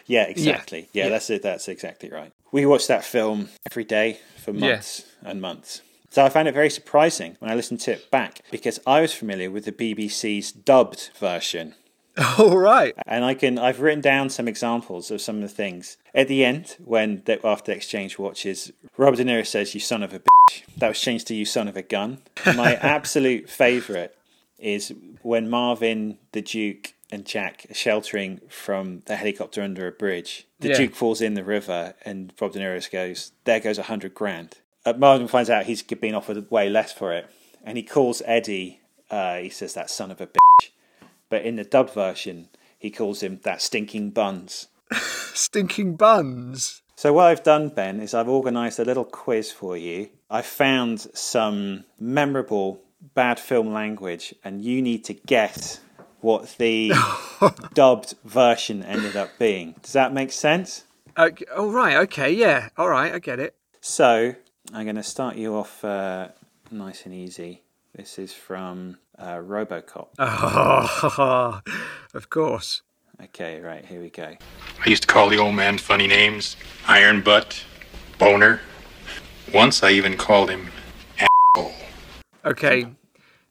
Speaker 2: Yeah, exactly. Yeah, that's it. That's exactly right. We watched that film every day for months and months. So I found it very surprising when I listened to it back because I was familiar with the BBC's dubbed version.
Speaker 1: All right.
Speaker 2: and I can I've written down some examples of some of the things at the end when the, after the exchange watches Robert De Niro says you son of a bitch that was changed to you son of a gun my absolute favorite is when Marvin the Duke and Jack are sheltering from the helicopter under a bridge the
Speaker 1: Yeah.
Speaker 2: Duke falls in the river and Robert De Niro goes there goes a hundred grand Uh, Marvin finds out he's been offered way less for it, and he calls Eddie. Uh, he says that son of a bitch, but in the dubbed version, he calls him that stinking buns.
Speaker 1: Stinking buns.
Speaker 2: So what I've done, Ben, is I've organised a little quiz for you. I found some memorable bad film language, and you need to guess what the dubbed version ended up being. Does that make sense?
Speaker 1: Okay. Oh, right. Okay. Yeah. All right. I get it.
Speaker 2: So I'm going to start you off uh, nice and easy. This is from uh, RoboCop.
Speaker 1: Oh, of course.
Speaker 2: Okay, right here we go.
Speaker 5: I used to call the old man funny names Iron Butt, Boner. Once I even called him Asshole.
Speaker 1: Okay.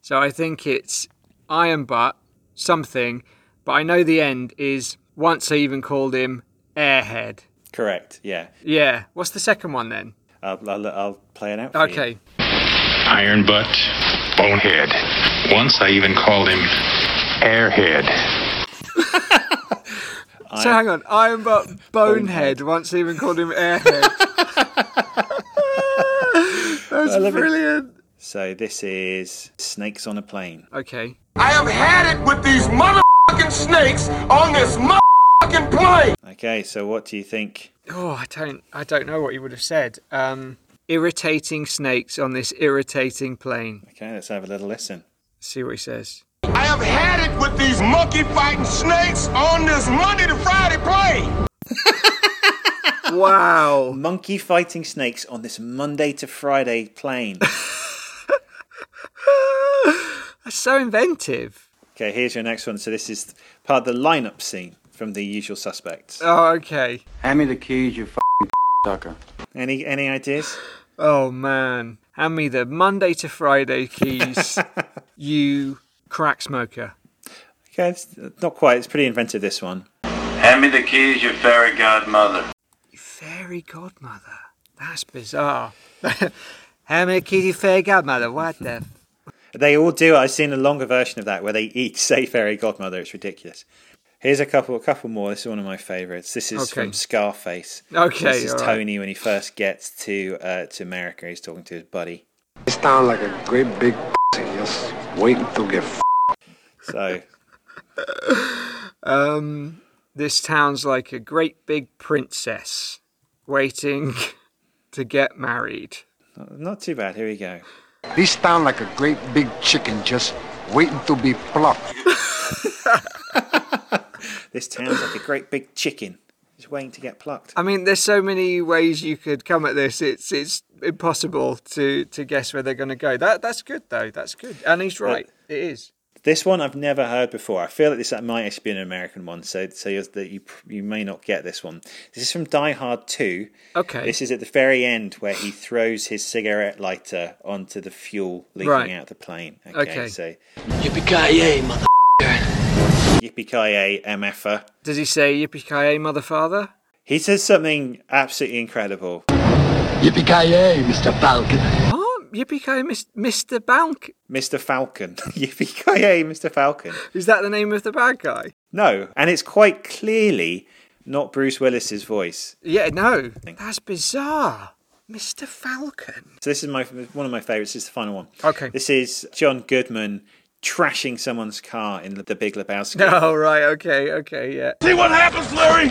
Speaker 1: So I think it's Iron Butt, something, but I know the end is once I even called him Airhead.
Speaker 2: Correct. Yeah,
Speaker 1: Yeah. What's the second one then?
Speaker 2: I'll, I'll, I'll play it out. For you.
Speaker 1: Okay.
Speaker 5: Iron Butt, Bonehead. Once I even called him Airhead.
Speaker 1: So hang on. Iron Butt Bonehead once even called him Airhead. That's
Speaker 2: love it.
Speaker 1: brilliant.
Speaker 2: So this is Snakes on a Plane.
Speaker 1: Okay.
Speaker 6: I have had it with these motherfucking snakes on this motherfucking plane.
Speaker 2: Okay, so what do you think?
Speaker 1: Oh, I don't I don't know what you would have said. Um irritating snakes on this irritating plane.
Speaker 2: Okay, let's have a little listen.
Speaker 1: See what he says.
Speaker 6: I have had it with these monkey fighting snakes on this Monday to Friday plane.
Speaker 1: Wow.
Speaker 2: Monkey fighting snakes on this Monday to Friday plane.
Speaker 1: That's so inventive.
Speaker 2: okay, here's your next one. So this is part of the lineup scene from The Usual Suspects.
Speaker 1: Oh, okay.
Speaker 7: Hand me the keys, you fucking sucker.
Speaker 2: Any any ideas?
Speaker 1: Oh man. Hand me the Monday to Friday keys. you crack smoker.
Speaker 2: Okay, it's not quite. It's pretty inventive. This one.
Speaker 7: Hand me the keys, you fairy godmother.
Speaker 1: You fairy godmother. That's bizarre. Hand me the keys, you fairy godmother. What the f-
Speaker 2: They all do. I've seen a longer version of that where they each say fairy godmother. It's ridiculous. Here's a couple, a couple more. This is one of my favourites. This is
Speaker 1: Okay.
Speaker 2: from Scarface.
Speaker 1: Okay,
Speaker 2: this is
Speaker 1: all right.
Speaker 2: Tony when he first gets to uh, to America. He's talking to his buddy.
Speaker 8: You sound like a great big pussy, just waiting to get
Speaker 2: So
Speaker 1: Um, this town's like a great big princess waiting to get married.
Speaker 2: not, not too bad. Here we go.
Speaker 8: This sound like a great big chicken just waiting to be plucked.
Speaker 2: This town's like a great big chicken. It's waiting to get plucked.
Speaker 1: I mean, there's so many ways you could come at this. It's it's impossible to to guess where they're going to go. That that's good though. That's good, and he's right. It is.
Speaker 2: This one I've never heard before. I feel like this might actually be an American one. So so you're, that you you may not get this one. This is from Die Hard Two.
Speaker 1: Okay.
Speaker 2: This is at the very end where he throws his cigarette lighter onto the fuel leaking
Speaker 1: Right.
Speaker 2: out the plane.
Speaker 1: Okay.
Speaker 2: So
Speaker 9: Yippee-ki-yay, mother.
Speaker 2: yippee ki mf'er.
Speaker 1: Does he say yippee ki yay, mother father?
Speaker 2: He says something absolutely incredible.
Speaker 8: Yippee-ki-yay, Mr. Falcon.
Speaker 1: Oh, yippee ki yay, Mister Bank.
Speaker 2: Mr. Falcon. yippee ki yay, Mr. Falcon.
Speaker 1: Is that the name of the bad guy?
Speaker 2: No, and it's quite clearly not Bruce Willis's voice.
Speaker 1: Yeah. No. That's bizarre. Mister Falcon.
Speaker 2: So this is my one of my favorites. This is the final one.
Speaker 1: Okay.
Speaker 2: This is John Goodman trashing someone's car in The Big Lebowski.
Speaker 1: Oh right. Okay. Okay. Yeah.
Speaker 6: See what happens, Larry.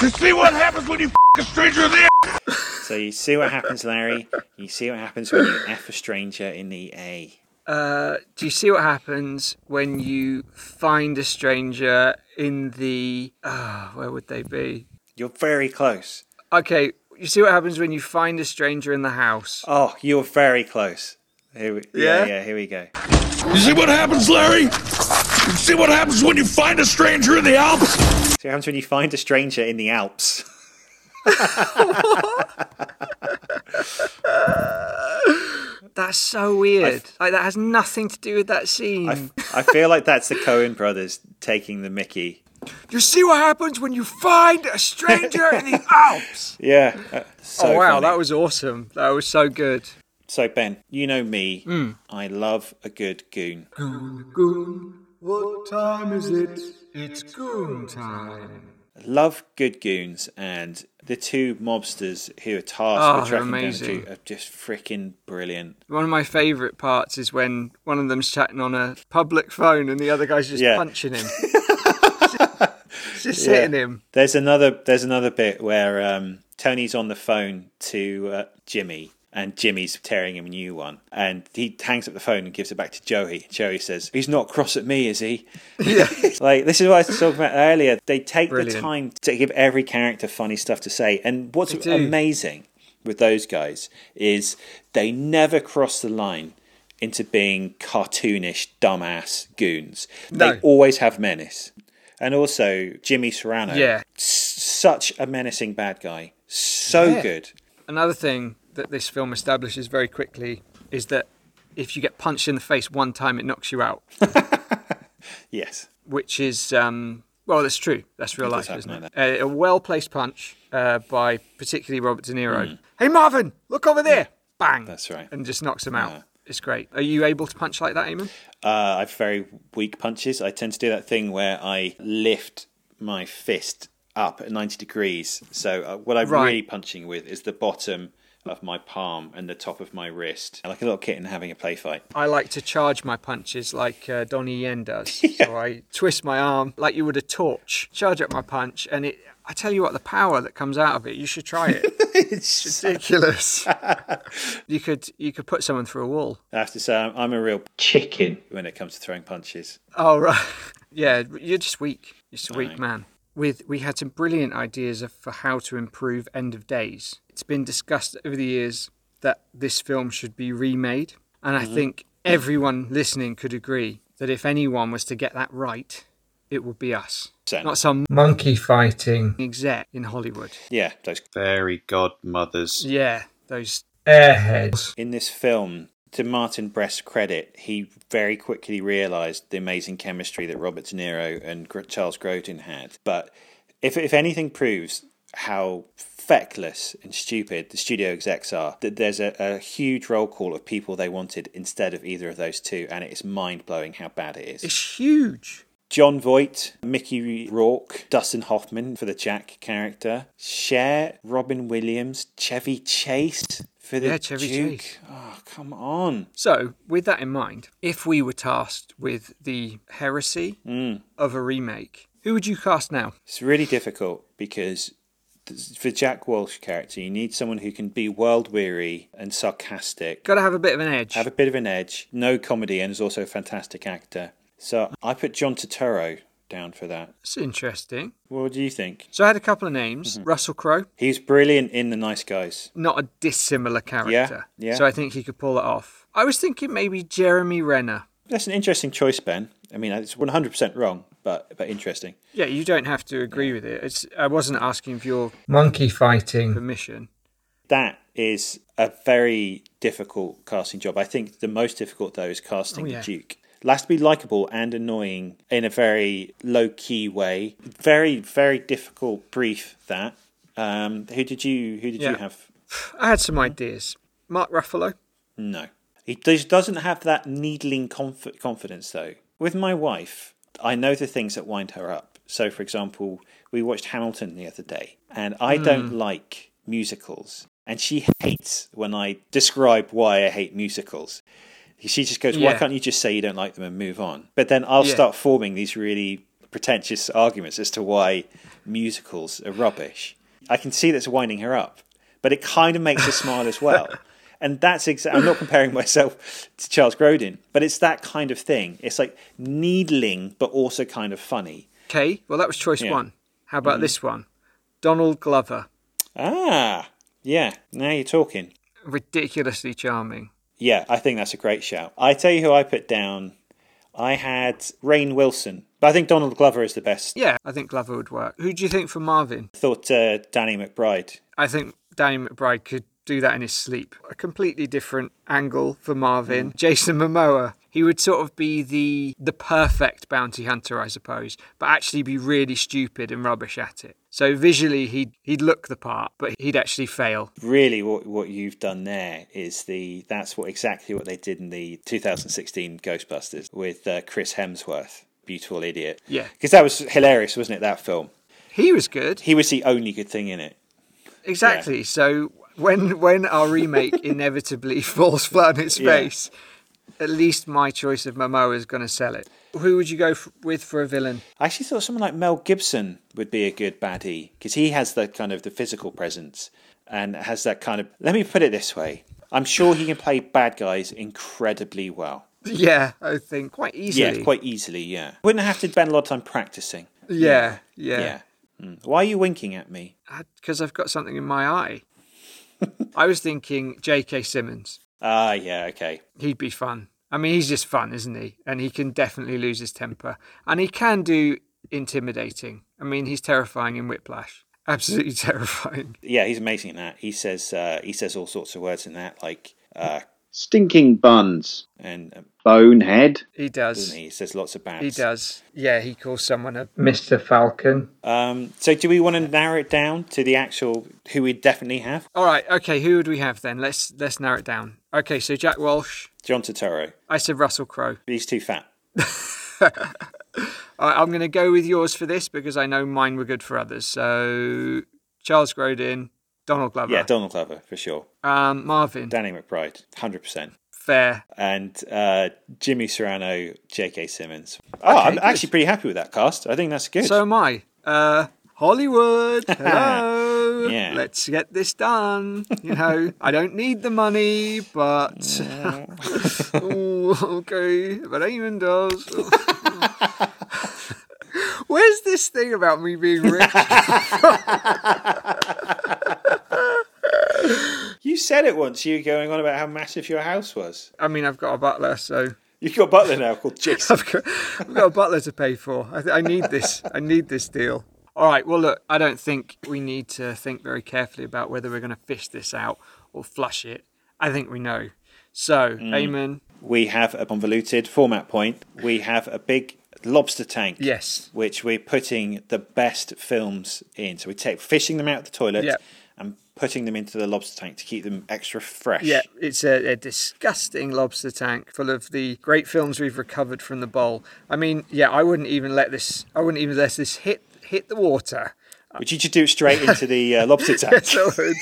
Speaker 6: To see what happens when you f- a stranger in the
Speaker 2: So you see what happens, Larry. You see what happens when you f a stranger in the A.
Speaker 1: Uh, do you see what happens when you find a stranger in the? ah, where would they be?
Speaker 2: You're very close.
Speaker 1: Okay, you see what happens when you find a stranger in the house.
Speaker 2: Oh, you're very close. Here we, yeah?
Speaker 1: Yeah?
Speaker 2: yeah, here we go.
Speaker 6: You see what happens, Larry? You see what happens when you find a stranger in the Alps?
Speaker 2: So what happens when you find a stranger in the Alps?
Speaker 1: That's so weird. Like that has nothing to do with that scene.
Speaker 2: I, f- I feel like that's the Cohen brothers taking the Mickey.
Speaker 1: you see what happens when you find a stranger in the Alps.
Speaker 2: Yeah. uh, so
Speaker 1: oh wow,
Speaker 2: funny.
Speaker 1: that was awesome. That was so good.
Speaker 2: So Ben, you know me.
Speaker 1: Hmm.
Speaker 2: I love a good goon.
Speaker 3: Goon, what time is it? It's goon time.
Speaker 2: Love Good Goons and the two mobsters who are
Speaker 1: Oh,
Speaker 2: tasked with
Speaker 1: they're
Speaker 2: tracking down the
Speaker 1: amazing.
Speaker 2: Duke are just freaking brilliant.
Speaker 1: One of my favourite parts is when one of them's chatting on a public phone and the other guy's just
Speaker 2: Yeah.
Speaker 1: punching him. just hitting him.
Speaker 2: There's another there's another bit where um, Tony's on the phone to uh, Jimmy and Jimmy's tearing him a new one and he hangs up the phone and gives it back to Joey. Joey says, "He's not cross at me, is he?" Yeah. like this is what I was talking about earlier. They take the
Speaker 1: Brilliant.
Speaker 2: time to give every character funny stuff to say. And what's
Speaker 1: They do.
Speaker 2: amazing with those guys is they never cross the line into being cartoonish dumbass goons. They
Speaker 1: No.
Speaker 2: always have menace. And also Jimmy Serrano.
Speaker 1: Yeah.
Speaker 2: S- such a menacing bad guy. So
Speaker 1: Yeah.
Speaker 2: good.
Speaker 1: Another thing that this film establishes very quickly is that if you get punched in the face one time, it knocks you out,
Speaker 2: Yes.
Speaker 1: which is, um, well, that's true. That's real life,
Speaker 2: happen
Speaker 1: isn't it? Uh,
Speaker 2: like
Speaker 1: A, a well placed punch uh, by particularly Robert De Niro. Hey, Marvin, look over there. Bang.
Speaker 2: Mm. That's right.
Speaker 1: And just knocks him out. It's great. Are you able to punch like that, Eamon?
Speaker 2: Uh, I have very weak punches. I tend to do that thing where I lift my fist up at 90 degrees. So uh, what I'm
Speaker 1: Right.
Speaker 2: really punching with is the bottom of my palm and the top of my wrist, like a little kitten having a play fight.
Speaker 1: I like to charge my punches like uh, Donnie Yen does. So I twist my arm like you would a torch, charge up my punch, and it. I tell you what, the power that comes out of it, you should try it. it's ridiculous. you could you could put someone through a wall.
Speaker 2: I have to say, I'm, I'm a real chicken when it comes to throwing punches.
Speaker 1: Oh right, yeah, you're just weak. You're just a weak
Speaker 2: Aye.
Speaker 1: man. With we had some brilliant ideas of, for how to improve end of days. It's been discussed over the years that this film should be remade, and I think everyone listening could agree that if anyone was to get that right, it would be us,
Speaker 2: So,
Speaker 1: not some monkey fighting exec in Hollywood.
Speaker 2: yeah, those
Speaker 10: Fairy godmothers.
Speaker 1: Yeah, those airheads.
Speaker 2: in this film, to Martin Brest's credit, he very quickly realised the amazing chemistry that Robert De Niro and Gr- Charles Grodin had. But if, if anything proves how feckless and stupid the studio execs are, that there's a, a huge roll call of people they wanted instead of either of those two, and it is mind blowing how bad it is.
Speaker 1: It's huge.
Speaker 2: John Voight, Mickey Rourke, Dustin Hoffman for the Jack character, Cher, Robin Williams, Chevy Chase for the
Speaker 1: Yeah, Chevy
Speaker 2: Duke.
Speaker 1: Chase.
Speaker 2: Oh, come on.
Speaker 1: So, with that in mind, if we were tasked with the heresy
Speaker 2: Mm.
Speaker 1: of a remake, who would you cast now?
Speaker 2: It's really difficult because th- for Jack Walsh character, you need someone who can be world weary and sarcastic,
Speaker 1: Got to have a bit of an edge.
Speaker 2: have a bit of an edge, no comedy, and is also a fantastic actor. So I put John Turturro down for that.
Speaker 1: That's interesting.
Speaker 2: What do you think?
Speaker 1: So I had a couple of names.
Speaker 2: Mm-hmm.
Speaker 1: Russell Crowe,
Speaker 2: He's brilliant in The Nice Guys.
Speaker 1: not a dissimilar character.
Speaker 2: yeah.
Speaker 1: So I think he could pull it off. I was thinking maybe Jeremy Renner.
Speaker 2: That's an interesting choice, Ben. I mean, it's 100% wrong, but but interesting.
Speaker 1: Yeah, you don't have to agree with it. It's I wasn't asking for your monkey fighting permission.
Speaker 2: That is a very difficult casting job. I think the most difficult though is casting
Speaker 1: Oh, yeah.
Speaker 2: the Duke. Last to be likable and annoying in a very low key way. Very very difficult brief that. Um, who did you who did you
Speaker 1: Yeah.
Speaker 2: have?
Speaker 1: I had some ideas. Mark Ruffalo.
Speaker 2: No, he does, doesn't have that needling conf- confidence though. With my wife, I know the things that wind her up. So, for example, we watched Hamilton the other day, and I
Speaker 1: Hmm.
Speaker 2: don't like musicals, and she hates when I describe why I hate musicals. She just goes, "Why
Speaker 1: Yeah.
Speaker 2: can't you just say you don't like them and move on?" But then I'll
Speaker 1: Yeah.
Speaker 2: start forming these really pretentious arguments as to why musicals are rubbish. I can see that's winding her up, but it kind of makes her smile as well. And that's exactly, I'm not comparing myself to Charles Grodin, but it's that kind of thing. It's like needling, but also kind of funny.
Speaker 1: Okay, well that was choice
Speaker 2: Yeah. Mm-hmm.
Speaker 1: one. How about this one? Donald Glover.
Speaker 2: Ah, yeah, now you're talking.
Speaker 1: Ridiculously charming.
Speaker 2: Yeah, I think that's a great shout. I tell you who I put down. I had Rain Wilson, but I think Donald Glover is the best.
Speaker 1: Yeah, I think Glover would work. Who do you think for Marvin?
Speaker 2: I thought uh, Danny McBride.
Speaker 1: I think Danny McBride could do that in his sleep. A completely different angle for Marvin. Jason Momoa. He would sort of be the the perfect bounty hunter, I suppose, but actually be really stupid and rubbish at it. So visually, he'd he'd look the part, but he'd actually fail.
Speaker 2: Really, what what you've done there is the that's what exactly what they did in the 2016 Ghostbusters with uh, Chris Hemsworth, beautiful idiot.
Speaker 1: Yeah.
Speaker 2: because that was hilarious, wasn't it? That film.
Speaker 1: He was good.
Speaker 2: He was the only good thing in it.
Speaker 1: Exactly. So when when our remake inevitably falls flat on its
Speaker 2: Yeah.
Speaker 1: face, at least my choice of Momoa is going to sell it. Who would you go f- with for a villain?
Speaker 2: I actually thought someone like Mel Gibson would be a good baddie because he has that kind of the physical presence and has that kind of. Let me put it this way: I'm sure he can play bad guys incredibly well.
Speaker 1: Yeah, I think quite easily.
Speaker 2: Yeah, quite easily. Yeah, wouldn't have to spend a lot of time practicing.
Speaker 1: Yeah, yeah.
Speaker 2: Yeah. Mm. Why are you winking at me?
Speaker 1: Because I've got something in my eye. I was thinking J.K. Simmons.
Speaker 2: Ah, yeah, okay.
Speaker 1: He'd be fun. I mean, he's just fun, isn't he? And he can definitely lose his temper. And he can do intimidating. I mean, he's terrifying in Whiplash. Absolutely terrifying.
Speaker 2: Yeah, he's amazing in that. He says uh, he says all sorts of words in that, like uh,
Speaker 10: Stinking buns.
Speaker 2: and um,
Speaker 10: Bonehead.
Speaker 1: He
Speaker 2: doesn't
Speaker 1: does.
Speaker 2: he? he says lots of bad.
Speaker 1: He does. Yeah, he calls someone a Mr. Falcon.
Speaker 2: Um, so, do we want to narrow it down to the actual who we definitely have?
Speaker 1: All right. Okay. Who would we have then? Let's let's narrow it down. Okay. So Jack Walsh.
Speaker 2: John Turturro.
Speaker 1: I said Russell Crowe.
Speaker 2: He's too fat.
Speaker 1: All right, I'm going to go with yours for this because I know mine were good for others. So Charles Grodin, Donald Glover,
Speaker 2: Yeah, Donald Glover for sure.
Speaker 1: um, Marvin,
Speaker 2: Danny McBride, hundred percent,
Speaker 1: fair.
Speaker 2: and uh, Jimmy Serrano, J.K. Simmons. Oh, I'm
Speaker 1: good.
Speaker 2: actually pretty happy with that cast. I think that's good.
Speaker 1: So am I. Uh, Hollywood, hello.
Speaker 2: Yeah.
Speaker 1: Let's get this done. You know, I don't need the money, but Ooh, okay, but Eamon does. Where's this thing about me being rich?
Speaker 2: you said it once. You were going on about how massive your house was.
Speaker 1: I mean, I've got a butler, so
Speaker 2: You've got a butler now called Jason.
Speaker 1: I've got, I've got a butler to pay for. I, th- I need this. I need this deal. All right. Well, look, I don't think we need to think very carefully about whether we're going to fish this out or flush it. I think we know. So, Eamon,
Speaker 2: we have a convoluted format point. We have a big lobster tank.
Speaker 1: yes,
Speaker 2: Which we're putting the best films in. So we take fishing them out of the toilet
Speaker 1: Yep.
Speaker 2: and putting them into the lobster tank to keep them extra fresh.
Speaker 1: yeah, it's a, a disgusting lobster tank full of the great films we've recovered from the bowl. I mean, yeah, I wouldn't even let this. I wouldn't even let this hit hit the water.
Speaker 2: Would you just do it straight into the uh, lobster tank?
Speaker 1: Yes, I would.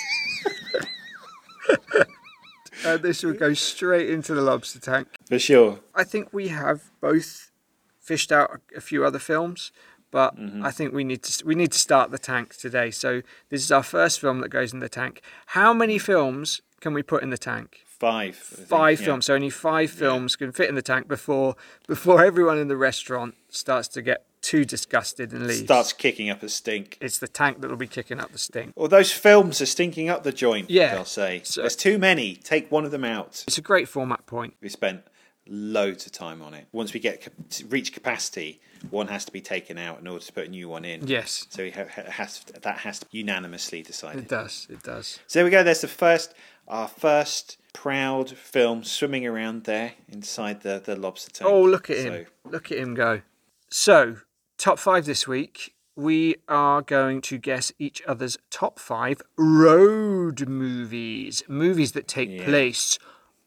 Speaker 1: Uh, this would go straight into the lobster tank.
Speaker 2: For sure.
Speaker 1: I think we have both fished out a few other films, but
Speaker 2: Mm-hmm.
Speaker 1: I think we need to we need to start the tank today. So this is our first film that goes in the tank. How many films can we put in the tank?
Speaker 2: Five. I think,
Speaker 1: Five
Speaker 2: yeah.
Speaker 1: films. So only five films can fit in the tank before before everyone in the restaurant starts to get too disgusted and leaves.
Speaker 2: Starts kicking up a stink.
Speaker 1: It's the tank that'll be kicking up the stink.
Speaker 2: Well, those films are stinking up the joint,
Speaker 1: Yeah.
Speaker 2: they'll say.
Speaker 1: So-
Speaker 2: There's too many. Take one of them out.
Speaker 1: It's a great format point.
Speaker 2: We spent loads of time on it. Once we get cap- to reach capacity, one has to be taken out in order to put a new one in.
Speaker 1: Yes.
Speaker 2: So we ha- ha- has to, that has to be unanimously decided.
Speaker 1: It does. It does.
Speaker 2: So there we go. There's the first, our first proud film swimming around there inside the, the lobster tank.
Speaker 1: Oh, look at
Speaker 2: So-
Speaker 1: him. Look at him go. So, top five this week. We are going to guess each other's top five road movies, movies that take place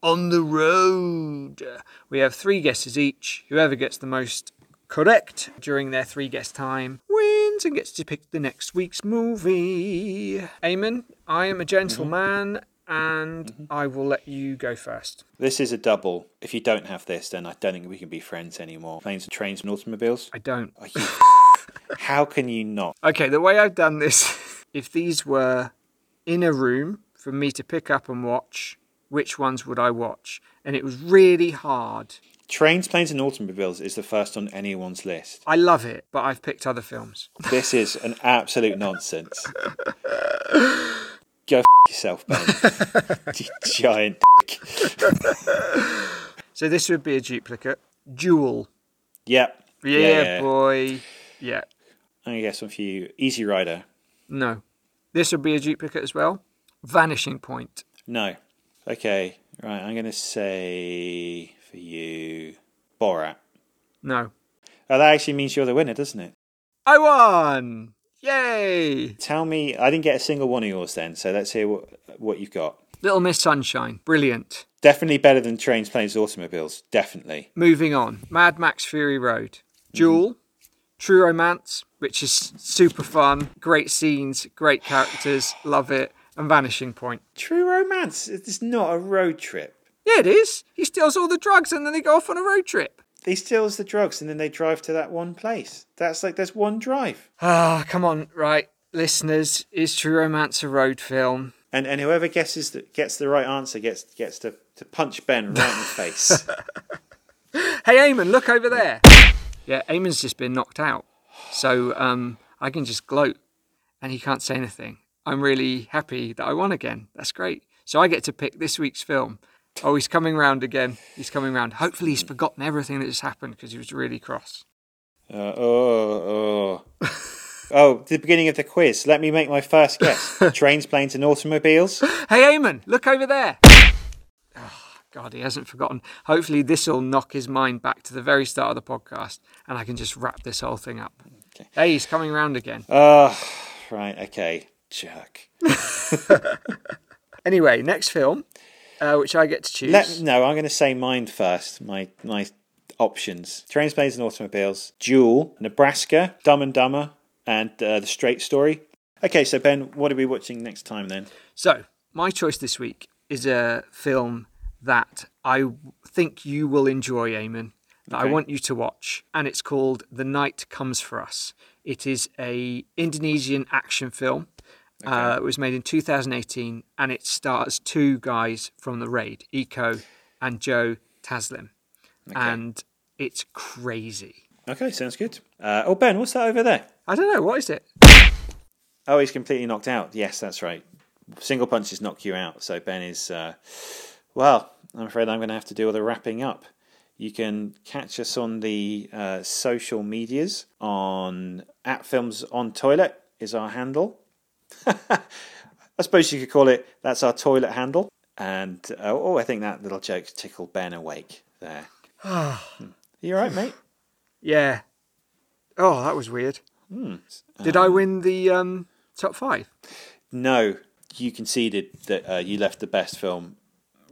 Speaker 1: on the road. We have three guesses each. Whoever gets the most correct during their three guess time wins and gets to pick the next week's movie. Eamon, I am a gentleman and I will let you go first.
Speaker 2: This is a double. If you don't have this, then I don't think we can be friends anymore. Planes, trains, and automobiles.
Speaker 1: I don't.
Speaker 2: Are you- How can you not?
Speaker 1: Okay, the way I've done this, if these were in a room for me to pick up and watch, which ones would I watch? And it was really hard.
Speaker 2: Trains, planes, and automobiles is the first on anyone's list.
Speaker 1: I love it, but I've picked other films.
Speaker 2: This is an absolute nonsense. Go f- yourself, Ben. you giant. dick.
Speaker 1: So this would be a duplicate. Duel.
Speaker 2: Yep.
Speaker 1: Yeah, boy. Yeah.
Speaker 2: I'm gonna guess one for you. Easy Rider.
Speaker 1: No. This would be a duplicate as well. Vanishing Point.
Speaker 2: No. Okay. Right. I'm gonna say for you, Borat.
Speaker 1: No.
Speaker 2: Oh, that actually means you're the winner, doesn't it?
Speaker 1: I won! Yay!
Speaker 2: Tell me, I didn't get a single one of yours then. So let's hear what what you've got.
Speaker 1: Little Miss Sunshine. Brilliant.
Speaker 2: Definitely better than trains, planes, automobiles. Definitely.
Speaker 1: Moving on. Mad Max Fury Road. Duel. True Romance, which is super fun, great scenes, great characters, love it, and Vanishing Point.
Speaker 2: True Romance. It's not a road trip.
Speaker 1: Yeah, it is. He steals all the drugs and then they go off on a road trip.
Speaker 2: He steals the drugs and then they drive to that one place. That's like there's one drive.
Speaker 1: Ah, come on, right, listeners, is True Romance a road film?
Speaker 2: And and whoever guesses that gets the right answer gets gets to, to punch Ben right in the face.
Speaker 1: Hey, Eamon, look over there. Yeah, Eamon's just been knocked out, so um, I can just gloat, and he can't say anything. I'm really happy that I won again. That's great. So I get to pick this week's film. Oh, he's coming round again. He's coming round. Hopefully, he's forgotten everything that just happened because he was really cross.
Speaker 2: Uh, oh oh oh! The beginning of the quiz. Let me make my first guess. Trains, planes, and automobiles.
Speaker 1: Hey, Eamon, look over there. Oh, God, he hasn't forgotten. Hopefully, this will knock his mind back to the very start of the podcast, and I can just wrap this whole thing up. Hey, he's coming round again.
Speaker 2: Ah, right. Okay, Chuck.
Speaker 1: Anyway, next film, uh, which I get to choose.
Speaker 2: Let, no, I'm going to say mine first. My my options: trains, planes, and automobiles. Duel, Nebraska, Dumb and Dumber, and uh, the Straight Story. Okay, so Ben, what are we watching next time then?
Speaker 1: So, my choice this week is a film that I w- think you will enjoy, Eamon, that I
Speaker 2: Okay.
Speaker 1: want you to watch, and it's called The Night Comes For Us. It is a Indonesian action film. Uh, it was made in 2018, and it stars two guys from The Raid, Eco and Joe Taslim. And it's crazy.
Speaker 2: Okay, sounds good. Uh, oh, Ben, what's that over there?
Speaker 1: I don't know, what is it?
Speaker 2: Oh, he's completely knocked out. Yes, that's right. Single punches knock you out. So Ben is, uh, well, I'm afraid I'm going to have to do all the wrapping up. You can catch us on the uh, social medias on at films on toilet is our handle. I suppose you could call it that's our toilet handle. And uh, oh, I think that little joke tickled Ben awake there. Hmm. you all right, mate?
Speaker 1: Yeah. Oh, that was weird.
Speaker 2: Hmm.
Speaker 1: Did I win the um, top five?
Speaker 2: No, you conceded that uh, you left the best film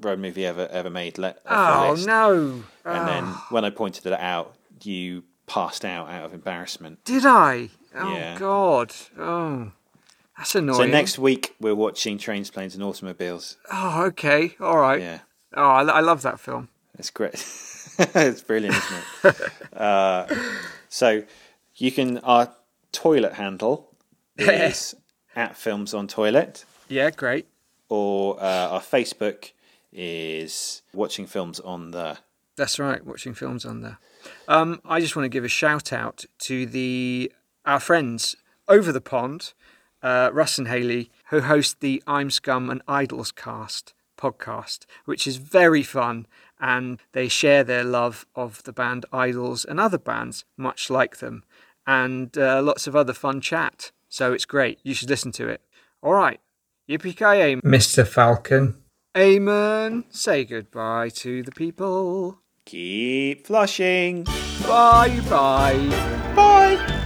Speaker 2: road movie ever ever made. Let, off the
Speaker 1: Oh
Speaker 2: list.
Speaker 1: no!
Speaker 2: And then when I pointed it out, you passed out out of embarrassment.
Speaker 1: Did I? Oh
Speaker 2: Yeah.
Speaker 1: god! Oh, that's annoying.
Speaker 2: So next week we're watching Trains, Planes, and Automobiles.
Speaker 1: Oh, okay. All right.
Speaker 2: Yeah,
Speaker 1: Oh, I, I love that film.
Speaker 2: it's great. it's brilliant, isn't it? uh, so you can our toilet handle is at films on toilet,
Speaker 1: Yeah, great.
Speaker 2: or uh, our Facebook is watching films on the.
Speaker 1: That's right. Watching films on there. Um, I just want to give a shout out to the our friends over the pond, uh, Russ and Haley, who host the I'm Scum and Idols Cast podcast, which is very fun, and they share their love of the band Idols and other bands much like them, and uh, lots of other fun chat. So it's great. You should listen to it. All right, yippee ki Mr. Falcon. Amen. Say goodbye to the people.
Speaker 2: Keep flushing.
Speaker 1: Bye bye.
Speaker 2: Bye.